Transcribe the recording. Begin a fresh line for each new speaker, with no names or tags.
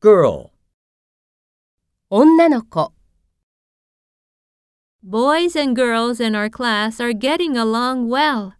girl,
女の子、
Boys and girls in our class are getting along well.